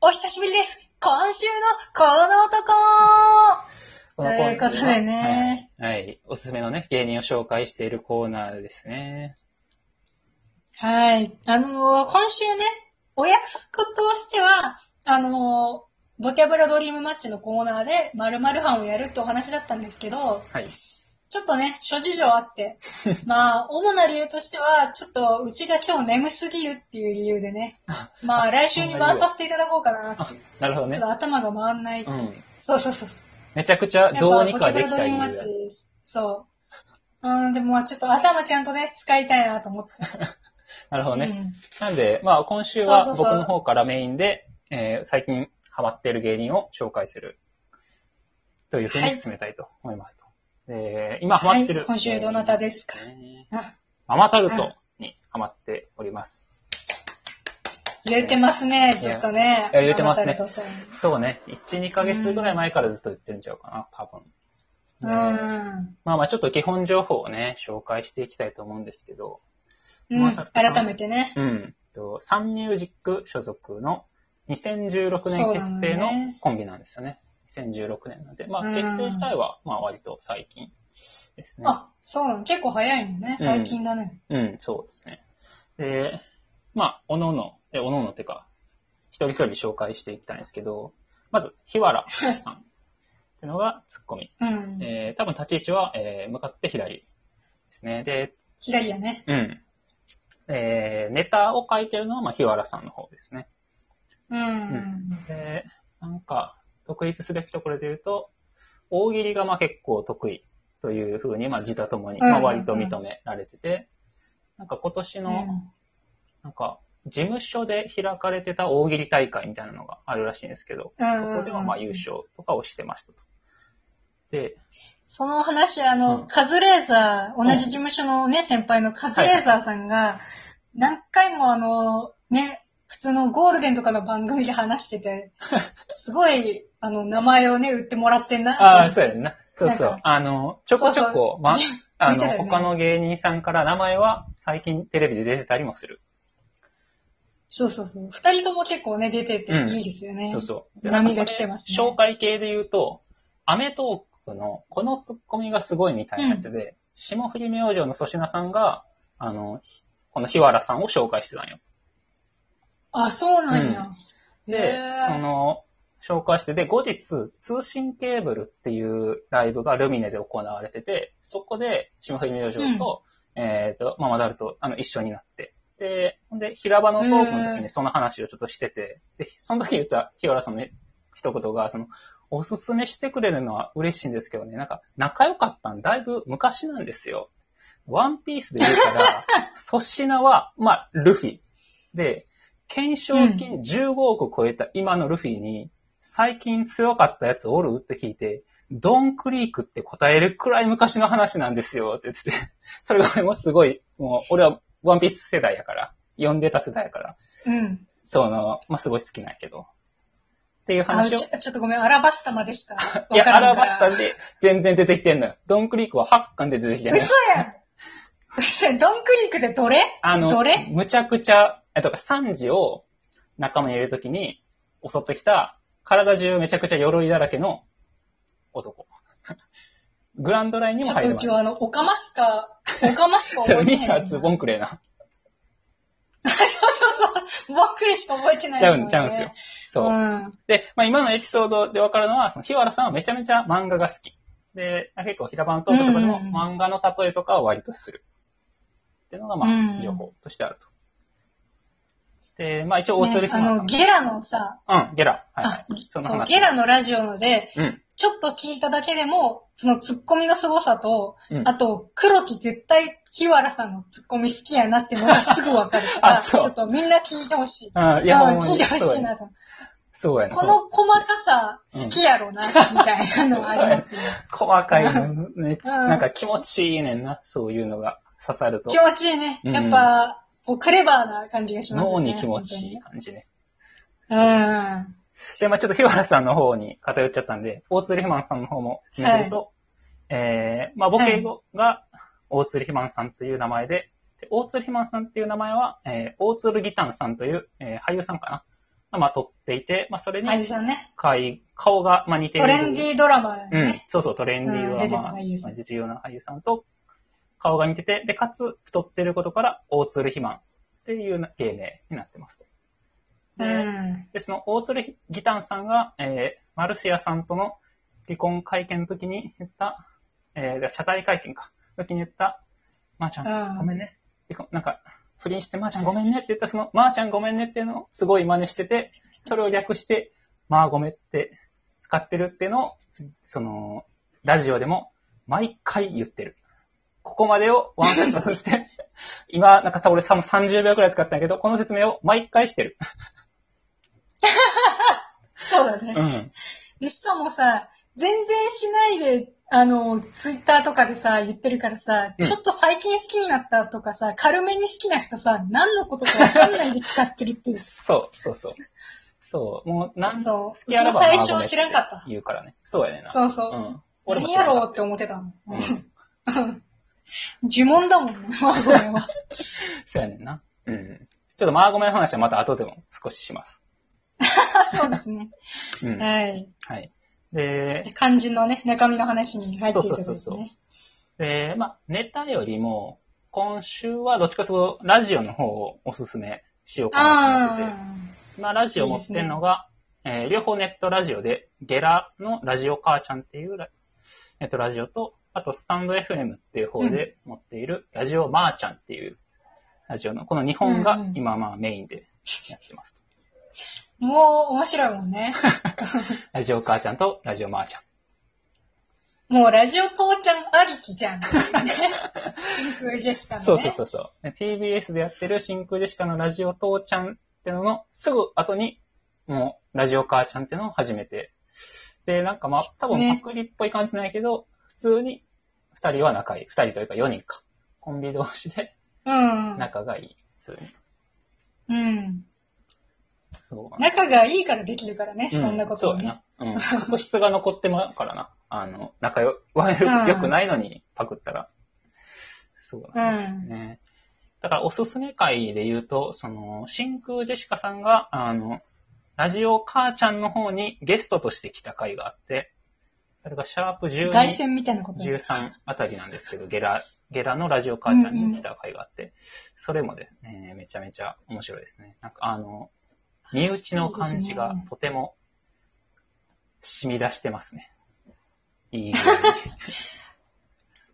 お久しぶりです今週のこの男こということでねはい。はいおすすめのね、芸人を紹介しているコーナーですね。はい。あのー今週ね、お約束としては、あのーボキャブラドリームマッチのコーナーで〇〇班をやるってお話だったんですけど、はい。ちょっとね、諸事情あ って、まあ、主な理由としては、ちょっとうちが今日眠すぎるっていう理由でね、あ、まあ来週に回させていただこうかなってあいう。なるほちどょっね。と頭が回んない。うん。そうそうそう。めちゃくちゃどうにかできた理やっぱボキャブラ由ドリームマッチそう。うん、でもまあちょっと頭ちゃんとね、使いたいなと思って。なるほどね。うんなんで、まあ今週そうはそう僕そうの方からメインで、えー最近ハマっている芸人を紹介する。というふうに進めたいと思いますと。えー今ハマってる、はい今週どなたですかねあママタルうんトにハマっております。言うてますね、ずっとね。いや言うてますねママタルトさんそうね。1、2ヶ月ぐらい前からずっと言ってるんちゃうかな、多う分。ねん。まあまあちょっと基本情報をね、紹介していきたいと思うんですけど、うマん、マタルトさん改めてね。うん。とサンミュージック所属の2016そう年なのね結成のコンビなんですよね。2016年なんで、まあうん結成自体は、まあ割と最近ですね。あ、そうなの。結構早いのね、最近だね。うん、そうですね。で、まあ、おのおの、え、おのおのっていうか、一人一人紹介していきたいんですけど、まず、日原さんっていうのがツッコミ。うん。えー多分立ち位置は、えー向かって左ですね。で、左やね。うん。えーネタを書いてるのは、まあ、日原さんの方ですね。うん。で、なんか、独立すべきところで言うと、大喜利がまあ結構得意というふうに、まあ、自他ともに、うんうんまうあ、ん割と認められてて、なんか今年の、なんか、事務所で開かれてた大喜利大会みたいなのがあるらしいんですけど、うんそこではまあ優勝とかをしてましたと。で、その話、あの、うんカズレーザー、ん同じ事務所のね、先輩のカズレーザーさんが、何回もあの、ね、普通のゴールデンとかの番組で話して て、すごい、あの、名前をね、売ってもらってんな。ああ、そうやんな。そうそなんうか。あの、ちょこちょこ、 ま、あ見ての、たよね他の芸人さんから名前は最近テレビで出てたりもする。そうそうそう。二人とも結構ね、出ててうんいいですよね。そうそう。で波なんがか来そてれますね紹介系で言うと、アメトークのこのツッコミがすごいみたいなやつで、霜降り明星の粗品さんが、あの、ひこの日原さんを紹介してたんよ。あ、そうなんや。でへ、そーの、紹介して、で、後日、通信ケーブルっていうライブがルミネで行われてて、そこで、霜降り明星と、えっ、と、ママダルと、あの、一緒になって。で、ほんで、平場のトークの時うにその話をちょっとしてて、で、その時言った日原さんの一言が、その、おすすめしてくれるのは嬉しいんですけどね、なんか、仲良かったんだいぶ昔なんですよ。ワンピースで言 うから、粗品は、まあ、ルフィ。で、懸賞金15億超えた今のルフィに、最近強かったやつおるって聞いて、ドンクリークって答えるくらい昔の話なんですよって言ってて、 それが俺もすごい、もう俺はワンピース世代やから、読んでた世代やから、うん。その、まあ、すごい好きなんやけど。っていうあ話を。ちょちょっとごめん、アラバスタまでしかわいからんから。や、アラバスタで全然出てきてんのよ。ドンクリークは8巻で出てきてんのよ嘘やん。嘘やん。ドンクリークでどれあのどれ、むちゃくちゃ、えっと、サンジを仲間に入れるときに襲ってきた、体中めちゃくちゃ鎧だらけの男。 グランドラインにちもょっ入とりうまちす。はあの、オカマし か、オカマしかそ覚れえてなミスい。ターズボンクレーな。 そうそうそう。ぼっくりしか覚えてないちゃのうね、ん、ちゃうんですよ。そう。うん。で、まあ、今のエピソードでわかるのは、その日原さんはめちゃめちゃ漫画が好き。で、結構平場のトークとかでうもんうんうん漫画の例えとかは割とする。っていうのが、まうんうんあ、情報としてあると。で、まあ一応、オーツーねリあフの、ゲラのさ、うん、ゲラ。はいあはい。そのそう、話。ゲラのラジオので、うん。ちょっと聞いただけでも、そのツッコミの凄さと、うんあと、黒木絶対、日原さんのツッコミ好きやなっての がすぐわかるかあそら、うちょっとみんな聞いてほしい。あいや、うんもう聞いてほそうしいやねなと。そうやね。この細かさ、好きやろな、みたいなのありますね。細かいの、ね、ちうんなんか気持ちいいねんな、そういうのが刺さると気。持ちいいね。うんやっぱ、こう、クレバーな感じがしますね。脳に気持ちいい感じね。うん。はで、まあちょっと日原さんの方に偏っちゃったんで、大鶴ひまんさんの方も説明すると、えー、まあボケ語が大鶴ひまんさんという名前で、で大鶴ひまんさんっていう名前は、えー、大鶴ギタンさんという、えー俳優さんかなまあ、撮っていて、まあ、それにあれですよね。会顔が、まあ、似てトる。レンディードラマだようんね。、そうそう、トレンディードうラマ、ん出てた俳優さん出てるような俳優さんと顔が似てて、で、かつ太ってることから、大鶴肥満っていう芸名になってますと。うで、ん。でその大鶴ギタンさんが、えーマルシアさんとの離婚会見の時に言った、えー謝罪会見か、時に言った、まー、ちゃうんん、ごめんね。離婚なんか、不倫して、まー、ちゃんごめんねって言った、その、まー、ちゃんごめんねっていうのをすごい真似してて、それを略して、まあごめんって使ってるっていうのを、その、ラジオでも毎回言ってる。ここまでをワンセットとして、 今、なんかさ、俺さ、もう30秒くらい使ったんやけど、この説明を毎回してる。そうだね。うん。で、しかもさ、全然しないで、あの、ツイッターとかでさ、言ってるからさ、うん。ちょっと最近好きになったとかさ、軽めに好きな人さ、何のことかわかんないで使ってるっていう そう、そうそう。そう、もう、なんそう好きあらばうちも最初まあごめん知らんかった言うからね。そうやねんな。う。そうそう。ん。何やろううって思ってたの。うん。そ 呪文だもんね、マーゴメは。うやねんな。うん。ちょっとマーゴメの話はまた後でも少しします。 そうですね。うん。ははい。い。でじゃ、あ漢字のね、中身の話に入っていくわけそうですそうそうね。で、まあ、ネタよりも、今週はどっちかというと、ラジオの方をおすすめしようかなと思ってて。あまあ、ラジオ持ってんのが、えー両方ネットラジオで、ゲラのラジオ母ちゃんっていうラネットラジオと、あとスタンド FM っていう方で持っている、ラジオマーちゃんっていうラジオの、この2本うんがうん今まあメインでやってます。あ。もう面白いもん ね。ラジオ母ちゃんとラジオマーちゃん。もうラジオ父ちゃんありきじ ゃん。ね真空ジェシカのね。そうそうそうそう。で TBS でやってる真空ジェシカのラジオ父ちゃんってののすぐ後に、もうラジオ母ちゃんってのを始めて。で、なんかまあ、多分ねパクリっぽい感じないけど、普通に二人は仲いい。二人というか四人か。コンビ同士でうん。仲がいい。普通に。うん。そう仲がいいからできるからね、うそんなことそをうね。やな。うん。確執が残ってまうからな。あの、仲 よ、悪うん 良くないのにパクったら。そうなんですね。だからおすすめ会で言うと、その、真空ジェシカさんが、あの、ラジオ母ちゃんの方にゲストとして来た回があって、それがシャープ12。外線みたいなこと。 13あたりなんですけど、ゲラ、ゲラのラジオ母ちゃんに来た回があって、それもですね、めちゃめちゃ面白いですね。なんかあの、身内の感じいいがですねとても染み出してますね。いい、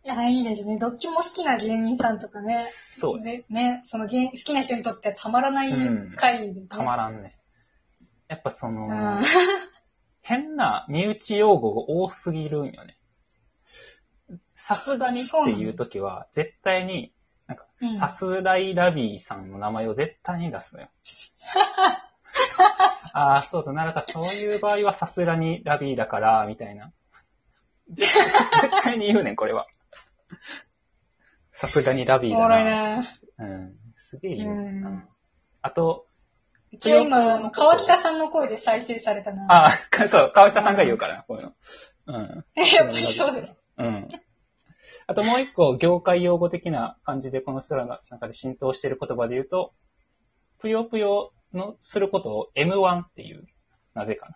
いや、いいですね。どっちも好きな芸人さんとかね。そうね。ね。ね、その芸好きな人にとってはたまらない回でね。たまらんね。やっぱその、うん。変な身内用語が多すぎるんよね。さすがにっていう時は、絶対に、なんかうん、さすらいラビーさんの名前を絶対に出す のよ。ああ、そうだな、なんかそういう場合はさすらにラビーだから、みたいな。絶絶対に言うねん、これは。さすがにラビーおもだろいな。なうん。すげえ言うねんう。なんあと、一応今、あの、川北さんの声で再生されたな。ああ、そう、川北さんが言うからな、こういうの。うん。 やっぱりそうだよ。うん。あともう一個、業界用語的な感じで、この人らの中で浸透している言葉で言うと、ぷよぷよのすることを M1 っていう、なぜか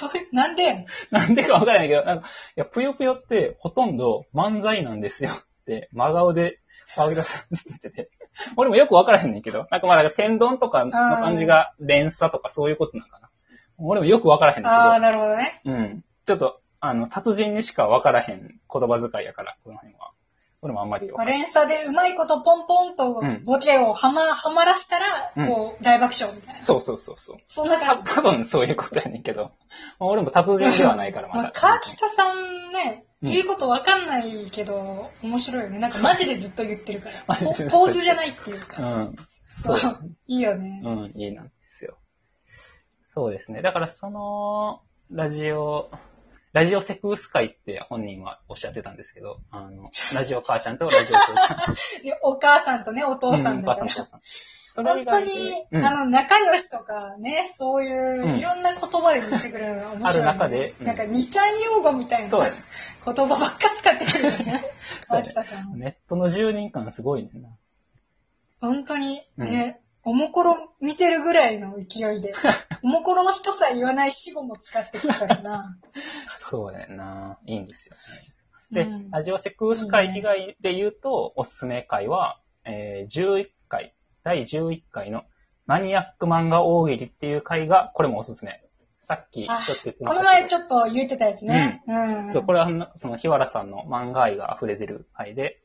どうなんでやねんな。 なんでかわからないけど、なんか、いや、ぷよぷよってほとんど漫才なんですよって、真顔で、青木田さんって言ってて、俺もよくわからへんねんけど、なんかまあ、なんか天丼とかの感じが連鎖とかそういうことなのかな。俺もよくわからへんねんけど。ああ、なるほどね。うん。ちょっと、あの、達人にしか分からへん言葉遣いやから、この辺は。俺もあんまり分まかあ、らへん。連鎖でうまいことポンポンとうんボケをはま、はまらしたら、こう、大爆笑みたいな。そうそうそうそう。そんなた感じ。多分そういうことやねんけど。まあ俺も達人ではないから、ままあだ。、川北さんね、うん言うことわかんないけど、面白いよね。なんかマジでずっと言ってるから。ポ マジでずっと言ってるポーズじゃないっていううか。ん。そう。いいよね。うん、いいなんですよ。そうですね。だからその、ラジオ、ラジオセクウス会って本人はおっしゃってたんですけど、あの、ラジオ母ちゃんとラジオ父ちゃん。でお母さんとね、お父さうんおだか母さん、おら。父さん。それ本以外当でに、うんあの、仲良しとかね、そういうう、んいろんな言葉で言ってくるのが面白い、ね。ある中でうんなんか、二ちゃん用語みたいなそう言や葉ねばっか使ってくるよね。 そう川やね北さんは。ネットの住人感すごいねんな。本当にね、おもころ見てるぐらいの勢 いで、おもころの人さえ言わない死語も使ってくからな。そうやな。いいんですよ、う ね。で、ん、ラジオセックス会以外で言うと、おすすめ会は、えー、11回、第11回のマニアック漫画大喜利っていう回が、これもおすすめ。さっき、ちょあっと言ってましたけどこの前ちょっと言ってたやつね。うん。そう、これはあの、その、日原さんの漫画愛が溢れ出る回で、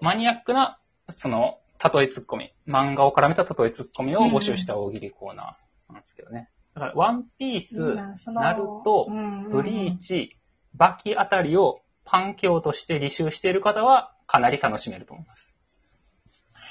マニアックな、その、例えツッコミ、漫画を絡めた例えツッコミを募集した大喜利コーナーなんですけどね。だから、ワンピーいいス、なそナルトうんうんブリーチ、バキあたりをパン教として履修している方は、かなり楽しめると思います。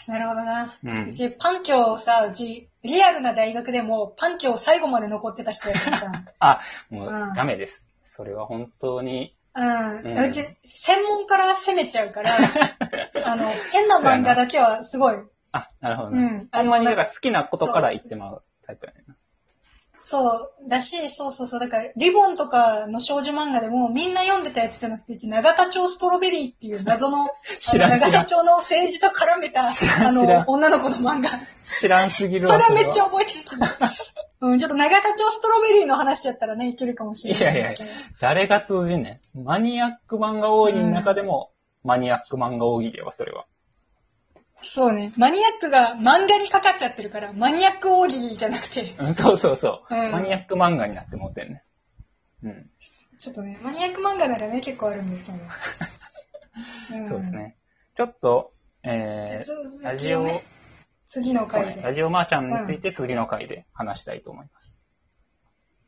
なるほどな。う。うんち、パンキョさ、うち、リアルな大学でも、パンキョ最後まで残ってた人やから さ。あ、もううんダメです。それは本当に、うん。うんうち、専門から攻めちゃう から、あの、変な漫画だけはすごい。あ、なるほどうね。ん。ほあんまの、になだんかから好きなことから言ってまうタイプやねんな。そう、だし、そうそうそう、だから、リボンとかの少女漫画でも、みんな読んでたやつじゃなくて、うち、長田町ストロベリーっていう謎の、知あらのん長知ら田ん。町の政治と絡めた、知らんあ知らの、ん女の子の漫画。知らんすぎるわそれはめっちゃは覚えてるけど。 うん、ちょっと長田町ストロベリーの話やったらね、いけるかもしれないですけど。誰が通じんねん。マニアック漫画大喜利の中でも、マニアック漫画大喜利はそれは。そうね。マニアックが漫画にかかっちゃってるから、マニアック大喜利じゃなくて、うん、そうそうそう。うんマニアック漫画になってもうてんねん。うん。ちょっとね、マニアック漫画ならね、結構あるんですよね。ん そうです。ね。ちょっと、えでー、続ラきジオ、をね、次のそう回ねで。ラジオマーちゃんについて次の回で話したいと思います。